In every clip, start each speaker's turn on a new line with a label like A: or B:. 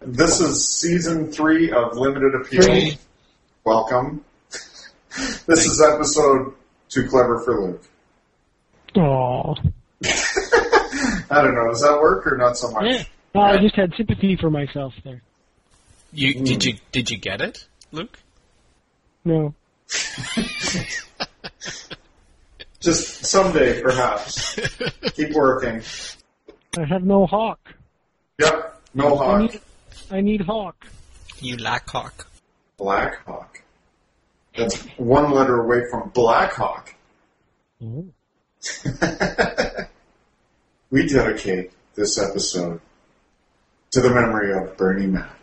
A: This is season three of Limited Appeal.
B: Three.
A: Welcome. this is episode Too Clever for Luke.
B: Aw.
A: I don't know, does that work or not so much?
B: Yeah. Oh, I just had sympathy for myself there.
C: You did you did you get it, Luke?
B: No.
A: Just someday, perhaps. Keep working.
B: I have no hawk.
A: Yep, no
B: I
A: hawk.
B: need I need hawk.
C: You lack hawk.
A: Black hawk. That's one letter away from Black Hawk. we dedicate this episode to the memory of Bernie Mac.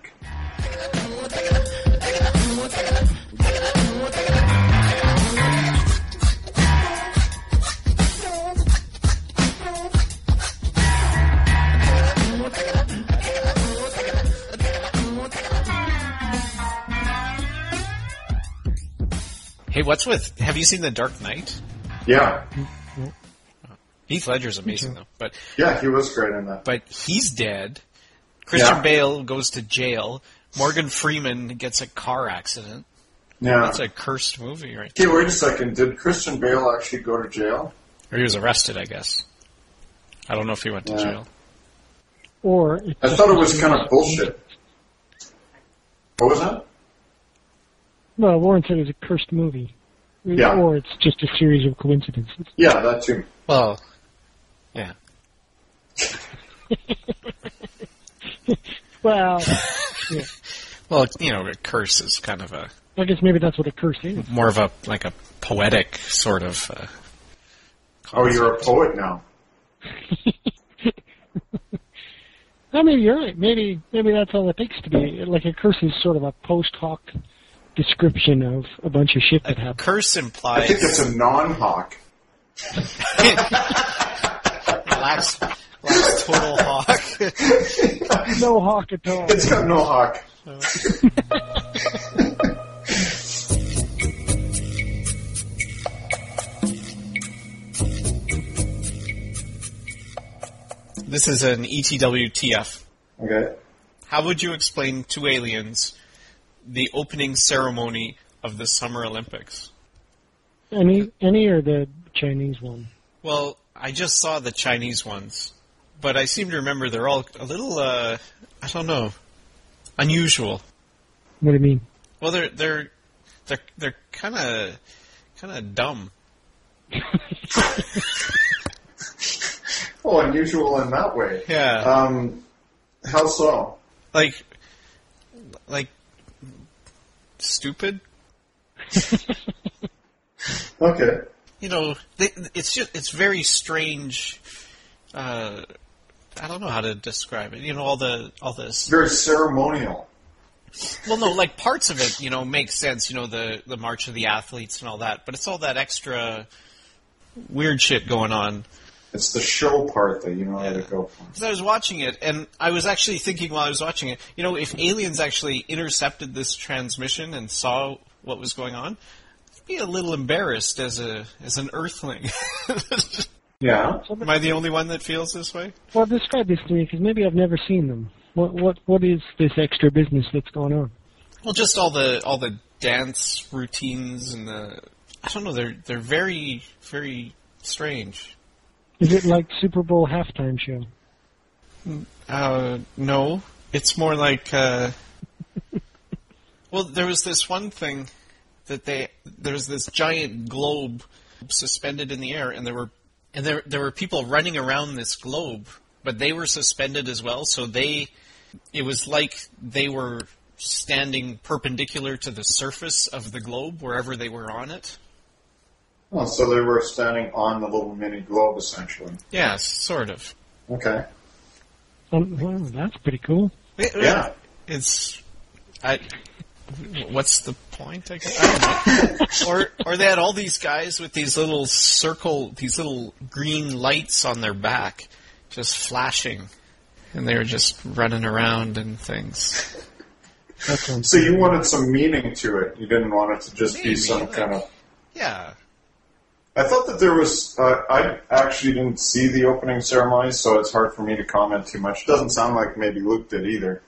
C: Hey, what's with? Have you seen The Dark Knight?
A: Yeah,
C: Heath Ledger's amazing though, but
A: yeah, he was great in that.
C: but he's dead. Christian
A: Yeah.
C: Bale goes to jail. Morgan Freeman gets a car accident.
A: Yeah.
C: That's a cursed movie, right?
A: Okay, wait a second. Did Christian Bale actually go to jail?
C: Or he was arrested, I guess. I don't know if he went to
A: Yeah.
C: jail.
B: Or it
A: I
B: just
A: thought it was
B: became
A: kind of
B: a-
A: bullshit. What was that?
B: No, Warren said it was a cursed movie.
A: Yeah.
B: Or it's just a series of coincidences.
A: Yeah, that too.
C: Well, yeah.
B: Well,
C: Well, you know, a curse is kind of a
B: I guess maybe that's what a curse is.
C: more of a like a poetic sort of. Uh,
A: Oh, you're a poet now.
B: No, maybe you're right. Maybe maybe that's all it takes to be like a curse is sort of a post hoc description of a bunch of shit that
C: a
B: happened.
C: curse
A: I think
C: implies
A: it's a non-hawk.
C: lacks, lacks total hawk.
B: No hawk at all.
A: It's got no hawk.
C: This is an E ETWTF.
A: Okay.
C: How would you explain to aliens the opening ceremony of the Summer Olympics?
B: Any any or the Chinese one.
C: Well, I just saw the Chinese ones, but I seem to remember they're all a little, uh, I don't know, unusual.
B: What do you mean?
C: Well, they're they're they're they're kind of kind of dumb.
A: Oh, unusual in that way.
C: Yeah.
A: Um, how so?
C: Uh, like like stupid.
A: Okay.
C: You know, they, it's just it's very strange. Uh, I don't know how to describe it. You know, all the all this.
A: Very ceremonial.
C: Well, no, like parts of it, you know, make sense. You know, the the march of the athletes and all that, but it's all that extra weird shit going on.
A: It's the show part that you know how to
C: Yeah.
A: go for.
C: Because I was watching it, and I was actually thinking while I was watching it, you know, if aliens actually intercepted this transmission and saw what was going on, I'd be a little embarrassed as a as an Earthling.
A: Yeah.
C: Am I the only one that feels this way?
B: Well, describe this to me because maybe I've never seen them. What what what is this extra business that's going on?
C: Well, just all the all the dance routines and the I don't know, they're they're very very strange.
B: Is it like Super Bowl halftime show?
C: Uh, no, it's more like. Uh, well, there was this one thing that they there was this giant globe suspended in the air, and there were and there there were people running around this globe, but they were suspended as well, so they it was like they were standing perpendicular to the surface of the globe wherever they were on it.
A: Oh, so they were standing on the little mini globe, essentially.
C: Yeah, sort of.
A: Okay.
B: Um, well, that's pretty cool.
A: Yeah.
C: It's I. What's the point? I guess I don't know. or or they had all these guys with these little circle, these little green lights on their back, just flashing, and they were just running around and things.
B: That sounds
A: So you wanted some meaning to it. You didn't want it to just be
C: Maybe,
A: some
C: like-
A: kind of.
C: Yeah.
A: I thought that there was. Uh, I actually didn't see the opening ceremony, so it's hard for me to comment too much. Doesn't sound like maybe Luke did either.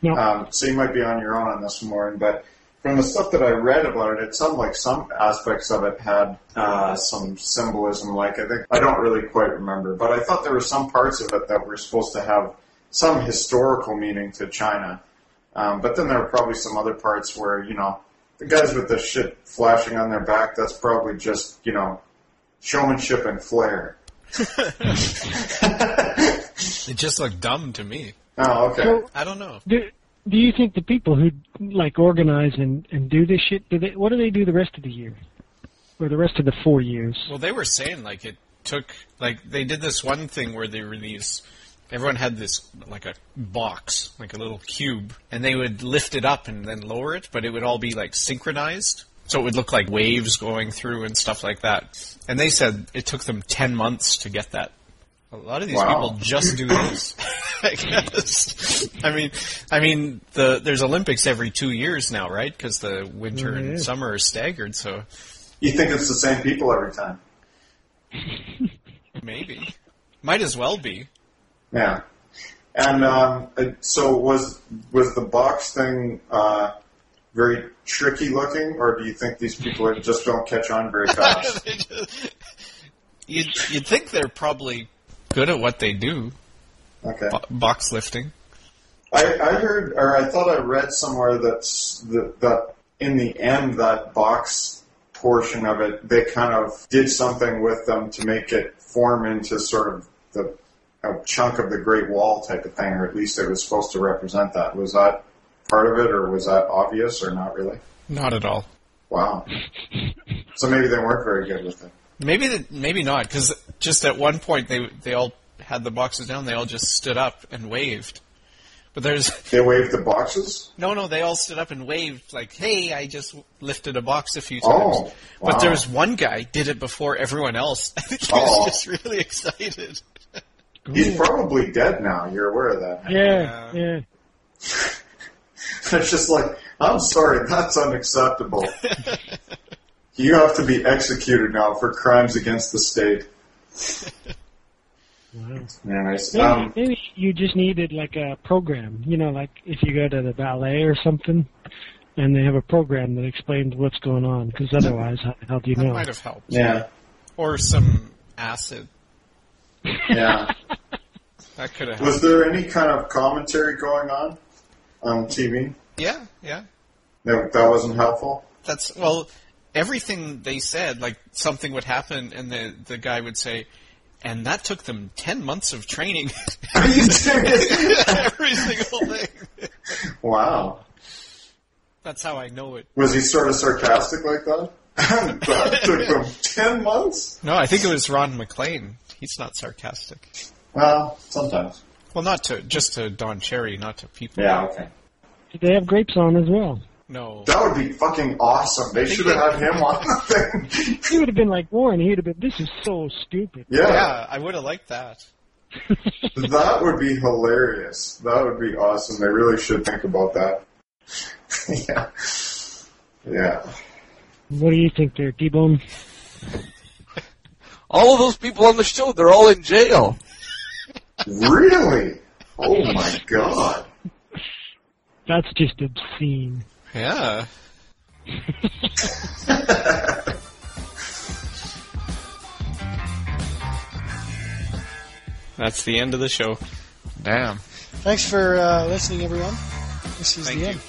B: No.
A: Um, so you might be on your own on this one, Warren. But from the stuff that I read about it, it sounded like some aspects of it had uh, some symbolism. Like I think I don't really quite remember, but I thought there were some parts of it that were supposed to have some historical meaning to China. Um, but then there were probably some other parts where you know the guys with the shit flashing on their back. That's probably just you know showmanship and flair.
C: It just looked dumb to me.
A: Oh, okay.
B: So
C: I don't know.
B: do, do you think the people who like organize and, and do this shit do they what do they do the rest of the year or the rest of the four years?
C: Well, they were saying like it took like they did this one thing where they release everyone had this like a box, like a little cube, and they would lift it up and then lower it, but it would all be like synchronized. So it would look like waves going through and stuff like that. And they said it took them 10 months to get that. A lot of these
A: Wow.
C: people just do this. I guess. I mean, I mean, the there's Olympics every 2 years now, right? Cuz the winter and summer are staggered, so
A: You think it's the same people every time?
C: maybe might as well be.
A: Yeah. And um, it- so was was the box thing uh, very tricky looking, or do you think these people are- just don't catch on very fast?
C: you'd, you'd think they're probably good at what they do,
A: Okay.
C: bo- box lifting.
A: I, I heard, or I thought I read somewhere that s- that, that in the end that box portion of it, they kind of did something with them to make it form into sort of the a chunk of the Great Wall type of thing, or at least it was supposed to represent that. Was that part of it, or was that obvious, or not really?
C: Not at all.
A: Wow. So maybe they weren't very good with it.
C: Maybe the, maybe not, because just at one point they they all had the boxes down. They all just stood up and waved. But there's
A: They waved the boxes.
C: no no. They all stood up and waved like, "Hey, I just lifted a box a few times."
A: Oh, wow.
C: But there was one guy did it before everyone else. I think he was
A: Oh.
C: just really excited.
A: He's probably dead now. You're aware of that.
B: Yeah,
C: Yeah.
B: yeah.
A: It's just like, I'm sorry, that's unacceptable. you have to be executed now for crimes against the state.
B: Wow.
A: Anyways,
B: Maybe,
A: um,
B: maybe you just needed like a program, you know, like if you go to the ballet or something, and they have a program that explains what's going on. Because otherwise, how the hell do you
C: That
B: know?
C: might have helped.
A: yeah,
C: Or some acid.
A: yeah.
C: That could have helped.
A: Was there any kind of commentary going on on TV?
C: Yeah, yeah.
A: That, that wasn't helpful?
C: That's well, everything they said, like something would happen, and the the guy would say, "And that took them ten months of training."
A: Are you serious?
C: Every single thing.
A: wow.
C: That's how I know it.
A: Was he sort of sarcastic like that? that took them 10 months?
C: No, I think it was Ron McLean. He's not sarcastic.
A: Well, sometimes.
C: Well, not to just to Don Cherry, not to people.
A: Yeah, okay.
B: Did they have grapes on as well?
C: No.
A: That would be fucking awesome. They should have had him on the thing.
B: He would have been like Warren. He would have been. This is so stupid.
C: Yeah, I would have liked that.
A: That would be hilarious. That would be awesome. They really should think about that. yeah. Yeah.
B: What do you think, there, T-Bone?
D: All of those people on the show, they're all in jail.
A: Really? Oh my god.
B: That's just obscene.
C: Yeah. That's the end of the show. Damn.
E: Thanks for uh, listening, everyone. This is
C: Thank
E: the
C: you.
E: end.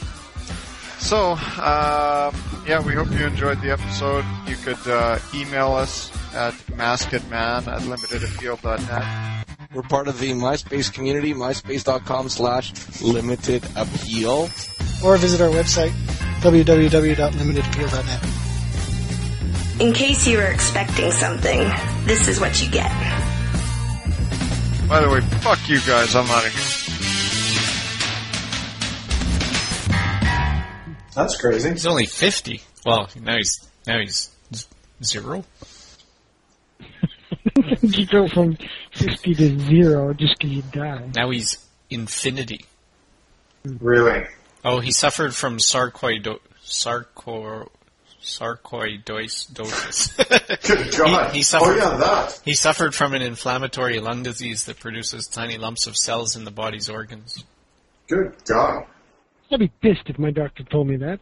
F: So, um, yeah, we hope you enjoyed the episode. You could uh, email us at maskedman at limitedappeal.net.
D: We're part of the MySpace community, myspace.com slash limited appeal.
E: Or visit our website, www.limitedappeal.net.
G: In case you were expecting something, this is what you get.
F: By the way, fuck you guys, I'm out of here.
A: That's crazy.
C: He's only fifty. Well, now he's now he's z- zero.
B: you go from fifty to zero just 'cause you die.
C: Now he's infinity.
A: Really?
C: Oh, he suffered from sarcoido sarco sarcoidosis.
A: Good god.
C: he
A: Oh
C: suffered-
A: yeah, that.
C: he suffered from an inflammatory lung disease that produces tiny lumps of cells in the body's organs.
A: Good god.
B: I'd be pissed if my doctor told me that.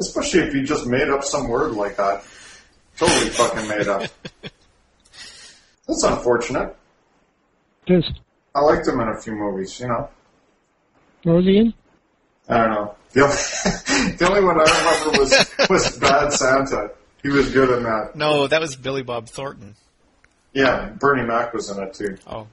A: Especially if you just made up some word like that. Totally fucking made up. That's unfortunate.
B: This
A: I liked him in a few movies, you know.
B: what was he in?
A: I don't know. The only, the only one I remember was, was Bad Santa. He was good in that.
C: No, that was Billy Bob Thornton.
A: Yeah, Bernie Mac was in it too.
C: Oh,